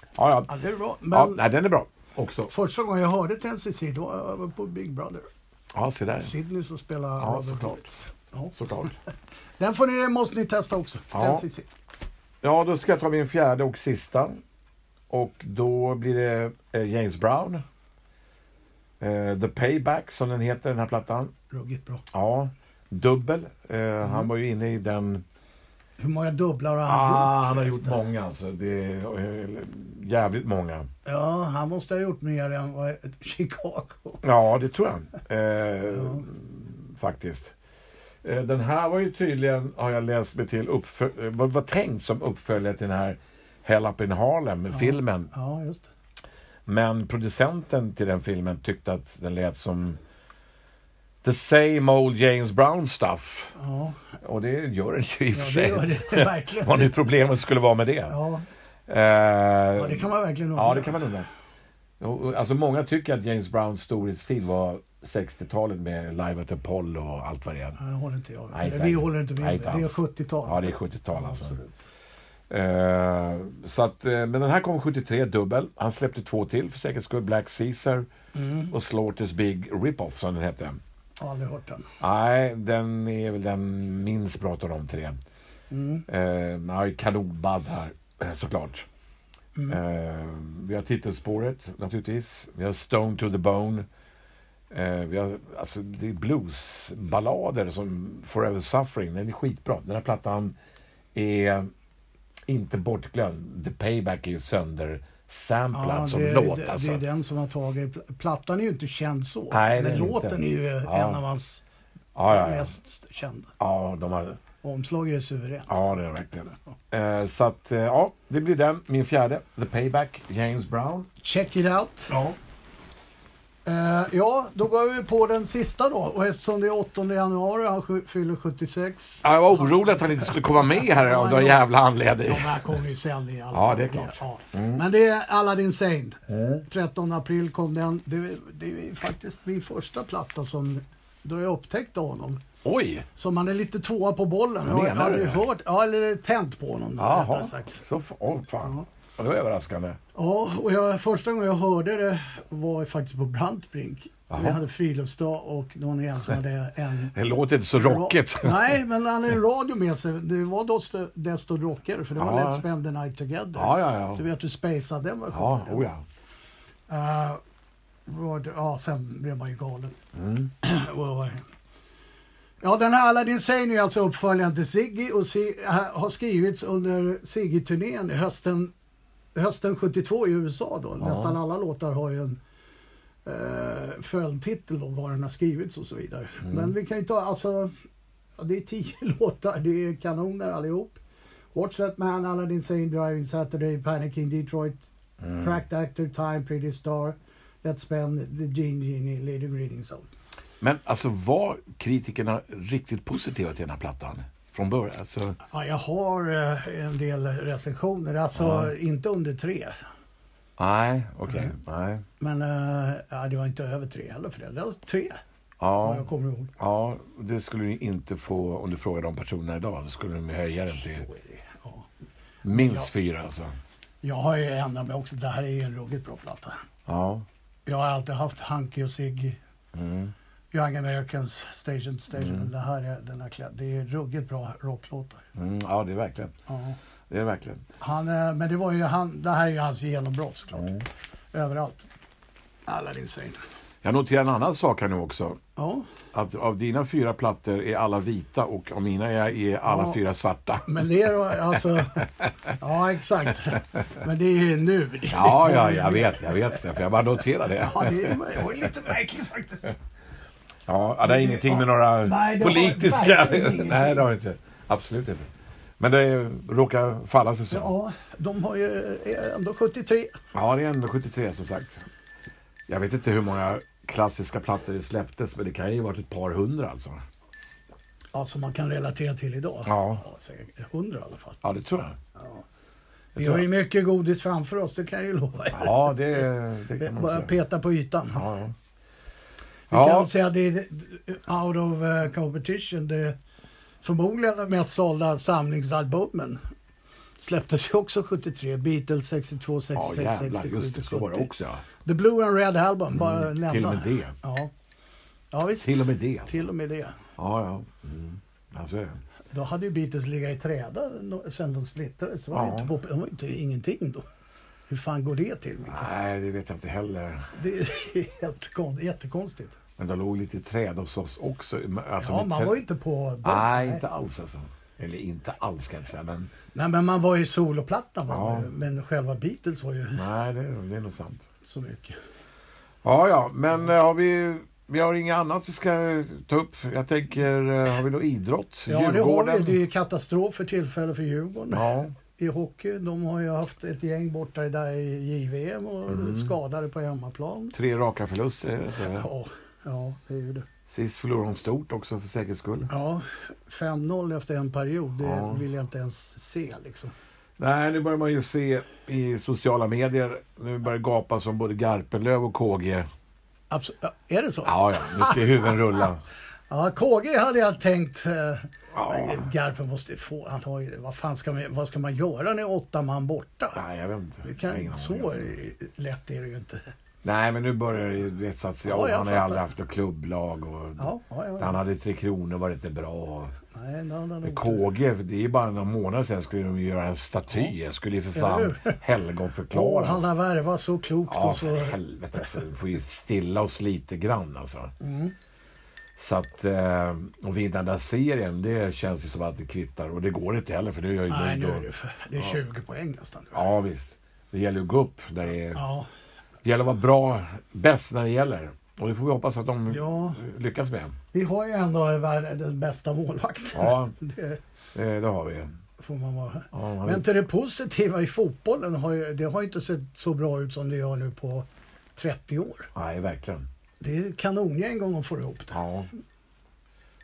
S2: Ja,
S1: Ja,
S2: ja.
S1: det är bra. Men
S2: ja, nej, den är bra också.
S1: första gången jag hörde till NCC, då var jag på Big Brother.
S2: Ja, se där.
S1: Sydney som spelar
S2: Ja,
S1: Robert
S2: såklart.
S1: Bullets. Ja.
S2: Såklart.
S1: Den får ni, måste ni testa också.
S2: Ja.
S1: NCC.
S2: Ja, då ska jag ta min fjärde och sista. Och då blir det eh, James Brown. Eh, The Payback som den heter, den här plattan.
S1: Ruggigt bra.
S2: Ja, dubbel. Eh, Han var ju inne i den...
S1: Hur många dubblar har han
S2: Ah, han har gjort
S1: förresten?
S2: många alltså. Det är eh, jävligt många.
S1: Ja, han måste ha gjort mer än vad Chicago.
S2: Ja, det tror jag. Eh, Faktiskt. Eh, Den här var ju tydligen, har jag läst mig till, uppfö- eh, var, var tänkt som uppföljare till den här Hell Up in Harlem-filmen.
S1: Ja, just det.
S2: Men producenten till den filmen tyckte att den lät som the same old James Brown stuff.
S1: Ja,
S2: Och det gör den ju i och
S1: ja det
S2: för sig.
S1: gör det verkligen.
S2: Vad nu problemet skulle vara med det.
S1: Ja,
S2: Eh,
S1: ja, det kan man verkligen undra.
S2: ja, det kan man undra. Och- och, Alltså många tycker att James Browns storhetstid var 60-talet med Live at Apollo och allt vad det är.
S1: Nej, det håller inte jag
S2: Nej,
S1: Eller
S2: inte
S1: Vi
S2: alls.
S1: håller inte med.
S2: Nej,
S1: Nej,
S2: inte
S1: det är
S2: alls.
S1: 70-tal.
S2: Ja, det är 70-tal alltså.
S1: Absolut.
S2: Eh, så att, eh, men den här kom 73, dubbel. Han släppte två till för säkerhets skull. Black Caesar och Slaughter's Big Rip-Off som den hette.
S1: Jag har aldrig hört den.
S2: Nej, den är väl den minst bra av de tre.
S1: Mm.
S2: Eh, man har ju kanonband här, eh, såklart.
S1: Mm.
S2: Eh, vi har titelspåret, naturligtvis. Vi har Stone to the Bone. Eh, vi har, alltså, det är bluesballader som Forever Suffering. Den är skitbra. Den här plattan är inte bortglömd. The Payback är ju söndersamplad som
S1: det,
S2: låt.
S1: det,
S2: alltså.
S1: det är den som har tagit... pl- Plattan är ju inte känd så.
S2: Nej, det
S1: men
S2: är den
S1: låten
S2: inte.
S1: är ju eh,
S2: Ja.
S1: en av hans
S2: ja, ja, ja.
S1: mest kända.
S2: ja, de har...
S1: Omslaget är suveränt.
S2: Ja, det är verkligen. Eh, så att, eh, ja, det blir den. Min fjärde, The Payback, James Brown.
S1: Check it out.
S2: Ja.
S1: Eh, ja, då går vi på den sista då. Och eftersom det är 8 januari, han sju- fyller 76.
S2: Jag var orolig att han inte skulle komma med här av någon jävla anledning.
S1: De här kommer ju sen i alla
S2: Ja,
S1: fall.
S2: det är klart. Mm.
S1: Ja. Men det är Aladdin Sane. 13 april kom den. Det är, det är faktiskt min första platta som då jag upptäckte honom.
S2: Oj!
S1: Så man är lite tvåa på bollen.
S2: Menar
S1: jag hade
S2: du
S1: ju
S2: det?
S1: hört, ja eller tänt på honom
S2: Jaha.
S1: rättare sagt.
S2: Så, f- åh fan. Ja, Det var överraskande.
S1: Ja, och jag, första gången jag hörde det var faktiskt på Brantbrink. Vi
S2: Jaha.
S1: hade friluftsdag och någon igen som hade en...
S2: Det låter inte så rockigt.
S1: Nej, men han hade en radio med sig. Det var desto, desto rockigare för det var
S2: Ja.
S1: Let's Spend the Night Together.
S2: Ja, ja, ja.
S1: Du vet hur spacad den var.
S2: Ja, oh ja.
S1: Eh, vad- ja, sen blev man ju galen. Och, eh, ja, den här Aladdin Sane är alltså uppföljaren till Ziggy och si- ha- har skrivits under Ziggy-turnén i hösten, hösten 72 i USA. Då. Nästan alla låtar har ju en eh, följdtitel och var den har skrivits och så vidare. Men vi kan ju ta, alltså, ja, det är tio låtar, det är kanoner allihop. Watch That Man, Aladdin Sane, Driving Saturday, Panic in Detroit,
S2: Mm.
S1: Cracked Actor, Time, Pretty Star, Let's Spend, The Gene Genie, Lady Greeting Song.
S2: Men alltså var kritikerna riktigt positiva till den här plattan? Från början? Alltså,
S1: Ja, jag har eh, en del recensioner, alltså inte under tre.
S2: nej, okej.
S1: Mm.
S2: Nej.
S1: Men eh, ja, det var inte över tre heller för det. Det var tre, vad
S2: Ja,
S1: jag kommer ihåg.
S2: ja, det skulle du inte få om du frågar de personerna idag. Då skulle de höja den till
S1: Ja.
S2: minst fyra alltså.
S1: Jag har ju ändrat mig också. Det här är ju en ruggigt bra platta.
S2: Ja.
S1: Jag har alltid haft Hunky och Ziggy,
S2: Mm.
S1: Young Americans, Station to Station. Men det här är, den här, klä- det är ruggigt bra rocklåtar.
S2: Mm, ja, det är verkligen.
S1: Ja.
S2: Det är verkligen.
S1: Han, eh, men det var ju han, det här är ju hans genombrott såklart. Överallt. Alla din
S2: Jag noterar en annan sak här nu också.
S1: Ja,
S2: Att av dina fyra plattor är alla vita och av mina är- är alla
S1: Ja.
S2: fyra svarta.
S1: men det är då alltså... Ja, exakt. Men det är ju nu. Det-
S2: Ja, ja, jag vet, jag vet Stefan. Jag bara noterar det.
S1: Ja, det är, det är lite märkligt faktiskt.
S2: Ja, ja, det är ingenting med några
S1: Nej, det har
S2: politiska...
S1: verkligen ingenting.
S2: Nej, det har det inte. Absolut inte. Men det råkar falla sig så.
S1: Ja, de har ju eh, ändå 73.
S2: Ja, det är ändå 73 som sagt. Jag vet inte hur många klassiska plattor det släpptes, men det kan ju ha varit ett par hundra alltså.
S1: Ja, som man kan relatera till idag.
S2: Ja.
S1: säkert 100 i alla fall.
S2: Ja, det tror jag.
S1: Vi har ju mycket godis framför oss, det kan jag ju lova er.
S2: Ja, det, det kan man
S1: Bara
S2: säga.
S1: peta på ytan.
S2: Ja, ja.
S1: Vi kan
S2: Ja,
S1: säga att det är out of eh, competition. Det är förmodligen de mest sålda samlingsalbumen. Släpptes ju också 73. Beatles 62, 66,
S2: ja jävlar,
S1: 67,
S2: just det. Så var det
S1: 70.
S2: också ja.
S1: The Blue and Red Album, bara nämna.
S2: till och med det.
S1: Ja, ja visst.
S2: Till och med det. alltså.
S1: Till och med det.
S2: Ja, ja. Mm. Ja, så är det.
S1: Då hade ju Beatles legat i träda no- sen de splittrades. Det var ju
S2: Ja.
S1: inte pop- de var ju inte ingenting då. Hur fan går det till?
S2: Nej, det vet jag inte heller.
S1: Det är helt kon- jättekonstigt.
S2: Men det låg lite träd hos oss också. Alltså,
S1: Ja,
S2: mitt
S1: man
S2: träd-
S1: var ju inte på...
S2: Nej, inte alls alltså. Eller inte alls kan jag inte säga, men
S1: Nej, men man var ju soloplattan. Ja.
S2: Ja.
S1: Men själva Beatles var ju
S2: nej, det, är- det är nog sant.
S1: så mycket.
S2: Ja, ja, men eh, har vi, vi har inget annat vi ska eh, ta upp. Jag tänker, eh, har vi något idrott?
S1: Ja, det har vi. Det är ju katastrof för tillfälle för Djurgården.
S2: Ja,
S1: I hockey, de har ju haft ett gäng borta i- där i JVM och
S2: Mm.
S1: skadade på hemmaplan.
S2: tre raka förluster. är det inte det?
S1: Ja, ja, det är ju det.
S2: Sist förlorade de stort också för säkerhets skull.
S1: Ja, 5-0 efter en period, det
S2: Ja.
S1: vill jag inte ens se liksom.
S2: Nej, nu börjar man ju se i sociala medier. Nu börjar det gapa som både Garpenlöv och KG.
S1: Abs- ja, är det så?
S2: Ja, ja, nu ska ju huvuden rulla.
S1: Ja, KG hade jag tänkt. Eh,
S2: Ja.
S1: men Garpen måste få, han har ju, vad fan ska man, vad ska man göra när åtta man borta?
S2: Nej, jag vet inte.
S1: Det
S2: Jag har ingen
S1: kan,
S2: aning,
S1: så
S2: alltså.
S1: lätt är det ju inte.
S2: Nej, men nu börjar det ju, du vet, så att, ja,
S1: Ja, jag
S2: han har ju aldrig
S1: fattar.
S2: haft något klubblag och
S1: Ja, ja, ja.
S2: han hade Tre Kronor var inte bra.
S1: Nej, nej, nej, nej.
S2: Men KG, det är ju bara några månader sedan skulle de ju göra en staty. Jag skulle ju för fan
S1: Eller Åh,
S2: helgonförklaras.
S1: han har värvat så klokt
S2: Ja,
S1: och så.
S2: för helvete alltså. Vi får ju stilla oss lite grann alltså.
S1: Mm.
S2: Så att, eh, och vinna den där serien, det känns ju som att det kvittar. Och det går inte heller för det gör ju
S1: Nej, nu
S2: då-
S1: är det, för, det är 20 poäng nästan. Ja.
S2: Ja, visst. Det gäller att gå upp där det är...
S1: Ja,
S2: Det gäller att vara bra, bäst när det gäller. Och det får vi hoppas att de
S1: Ja.
S2: lyckas med.
S1: vi har ju ändå världens bästa målvakt.
S2: Ja,
S1: Det
S2: eh, det har vi.
S1: får man vara.
S2: Ja, han-
S1: Men till det positiva i fotbollen, har ju, det har ju inte sett så bra ut som det gör nu på 30 år.
S2: Nej, verkligen.
S1: Det är kanongäng om de får ihop det.
S2: Ja,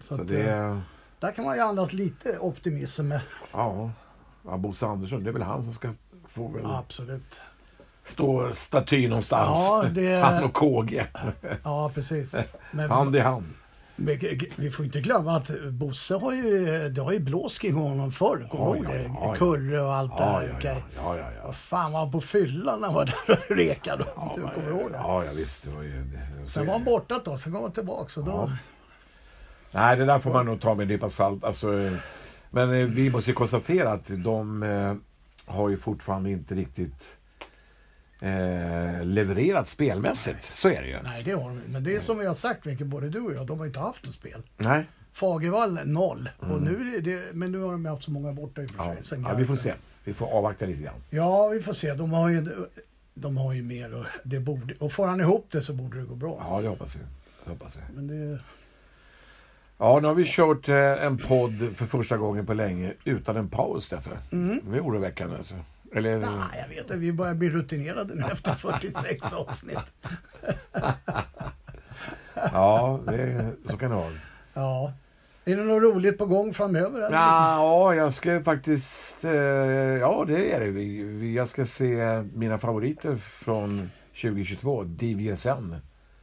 S1: Så
S2: så
S1: att,
S2: det...
S1: eh, Där kan man ju andas lite optimism med.
S2: Ja. ja, Bosse Andersson, det är väl han som ska få väl
S1: Absolut.
S2: stå staty någonstans.
S1: Ja, det-
S2: Han och KG.
S1: Ja, precis. Men
S2: Han, det är han.
S1: men g- g- vi får inte glömma att Bosse har ju, det har ju blåst kring honom förr. Kommer
S2: Ja,
S1: du ihåg
S2: ja,
S1: det?
S2: ja, ja.
S1: Kurre och allt det
S2: Ja,
S1: här.
S2: ja, ja.
S1: okej.
S2: ja, ja, ja.
S1: Vad fan var han på fyllan när han var där och rekade? om du
S2: men-
S1: kommer ihåg det?
S2: Ja, ja visst. Det var ju... det- så är
S1: Sen var
S2: det.
S1: han borta ett tag, sen kom han tillbaka. Och då,
S2: Ja. Nej, det där får man nog ta med en nypa salt. Alltså, eh, men eh, vi måste ju konstatera att de eh, har ju fortfarande inte riktigt eh, levererat spelmässigt. Så är det ju.
S1: Nej, det har de Men det är som vi har sagt mycket, både du och jag, de har inte haft något spel.
S2: Nej.
S1: Fagervall noll. Och nu, är det, men nu har de haft så många borta i och för
S2: Mm. Ja.
S1: sig. sen
S2: Ja, vi får
S1: Garpen.
S2: se. Vi får avvakta lite grann.
S1: Ja, vi får se. De har ju, de har ju mer och, det borde, och får han ihop det så borde det gå bra.
S2: Ja, det hoppas vi. Det hoppas vi.
S1: Men det,
S2: Ja, nu har vi kört eh, en podd för första gången på länge utan en paus, Steffe. Det är oroväckande. Alltså. Eller,
S1: nej, jag vet inte. Vi börjar bli rutinerade nu efter 46 avsnitt.
S2: Ja, det, så kan det vara.
S1: Ja. Är det något roligt på gång framöver? Eller?
S2: Ja, ja, jag ska faktiskt... Eh, ja, det är det. Vi- vi- Jag ska se mina favoriter från 2022, DVSN.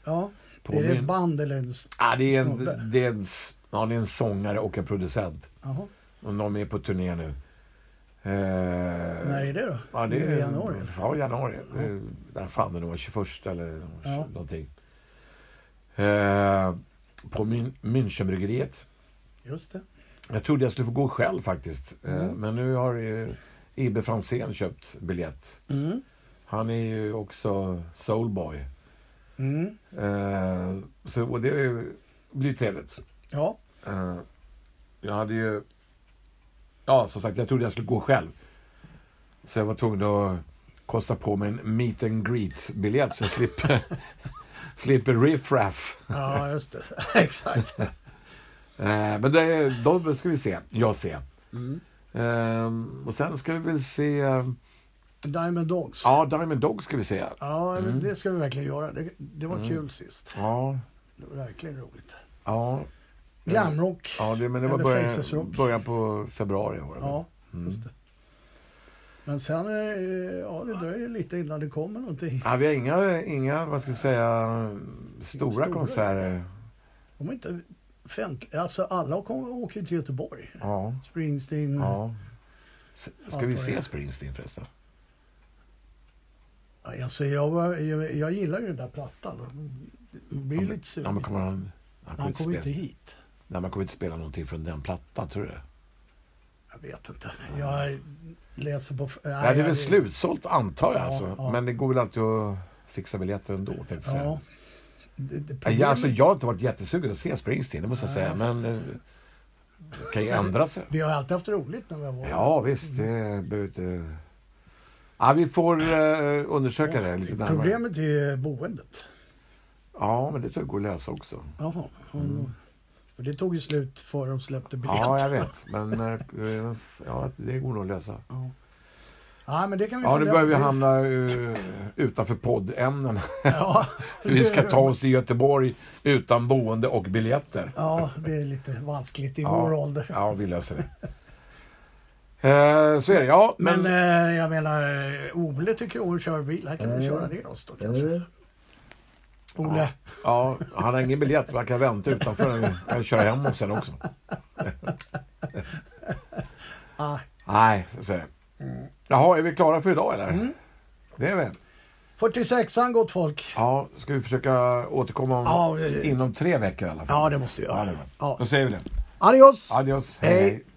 S1: ja.
S2: På
S1: är det
S2: min-
S1: ett band eller en... s-
S2: Ah, det, är
S1: Snubbe.
S2: en, det, är en, s- ja, det är en sångare och en producent.
S1: Jaha.
S2: Och de är på turné nu. Eh,
S1: När är det då?
S2: Ja, det
S1: Nu
S2: är
S1: i januari?
S2: Ja, januari. Eh, Där fan det nog var 21 eller
S1: Ja.
S2: någonting. Eh, på Mün- Münchenbryggeriet.
S1: Just det.
S2: Jag trodde jag skulle få gå själv faktiskt. Eh,
S1: Mm.
S2: Men nu har eh, Ibbe Franzén köpt biljett.
S1: Mm.
S2: Han är ju också soulboy.
S1: Mm.
S2: Eh, Så, och det är ju- blir trevligt.
S1: Ja.
S2: Eh, Jag hade ju... Ja, som sagt, jag trodde jag skulle gå själv. Så jag var tvungen att kosta på mig en meet and greet-biljett så jag slipper, slipper riffraff.
S1: ja, just det. Exakt.
S2: Eh, Men det, de ska vi se. Jag ser.
S1: Mm.
S2: Ehm, och sen ska vi väl se...
S1: Diamond Dogs.
S2: Ja, Diamond Dog ska vi se.
S1: Ja, men det ska vi verkligen göra. Det, det var kul sist.
S2: Ja,
S1: Det var verkligen roligt.
S2: ja,
S1: Glamrock.
S2: ja det, men det var
S1: Eller Faces
S2: början,
S1: Rock.
S2: början på februari. Var det väl?
S1: Ja, just det. Men sen, eh, ja det dröjer lite innan det kommer någonting.
S2: ja, vi har inga, inga, vad ska vi säga, stora,
S1: stora.
S2: konserter.
S1: De är inte offentlig- alltså alla kom, åker till Göteborg.
S2: Ja,
S1: Springsteen.
S2: ja. S- Ska
S1: Mm. Ja,
S2: vi
S1: på
S2: se
S1: det.
S2: Springsteen förresten?
S1: Ja, Alltså, jag, var, jag, jag gillar ju den där plattan. Jag blir
S2: Ja, men-
S1: lite
S2: Ja,
S1: sugen.
S2: men kommer han, han,
S1: Men han kommer
S2: kommer
S1: inte
S2: spela,
S1: hit.
S2: nej, man kommer inte spela någonting från den plattan, tror du? Nej,
S1: Jag vet inte. Jag läser på... Nej,
S2: det är
S1: jag-
S2: väl slutsålt antar jag.
S1: Ja,
S2: alltså.
S1: ja.
S2: Men det går väl alltid att fixa biljetter ändå, tänkte jag säga.
S1: Ja. Det, det
S2: Ja,
S1: problemet,
S2: jag- alltså, jag har inte varit jättesugen att se Springsteen, det måste jag säga. Men eh, det kan ju ändra sig.
S1: Vi har alltid haft roligt när vi har varit.
S2: Ja, visst. Det behöver inte... Ja, vi får eh, undersöka det lite närmare.
S1: Problemet är ju boendet.
S2: Ja, men det tror jag går att lösa också.
S1: Jaha. hon- För det tog ju slut före de släppte biljetten.
S2: Mm. Ja, jag vet. Men eh, ja, det går nog att lösa.
S1: Ja. Ja, men det kan vi
S2: Ja, nu
S1: fundera
S2: börjar vi
S1: på.
S2: hamna eh, utanför poddämnena.
S1: Ja.
S2: Vi ska ta oss till Göteborg utan boende och biljetter.
S1: Ja, det är lite vanskligt i
S2: Ja.
S1: vår ålder.
S2: Ja, vi löser det. Eh, så är det. Ja, men...
S1: Men eh, jag menar, eh, Ole tycker jag kör bil. Här kan vi köra ner oss då kanske. Ole,
S2: Ja, han har ingen biljett, men han kan vänta utanför. Han kan köra hem oss sen också.
S1: ah,
S2: Nej, så är det. Mm. Jaha, är vi klara för idag eller?
S1: Mm.
S2: Det är vi.
S1: 46an gott folk.
S2: Ja, ska vi försöka återkomma om,
S1: Ja, vi-
S2: inom tre veckor i alla fall?
S1: Ja, det måste vi
S2: Ja, det
S1: göra.
S2: är bra.
S1: Ja.
S2: Då säger vi det.
S1: Adios!
S2: Adios,
S1: Hej.
S2: hej.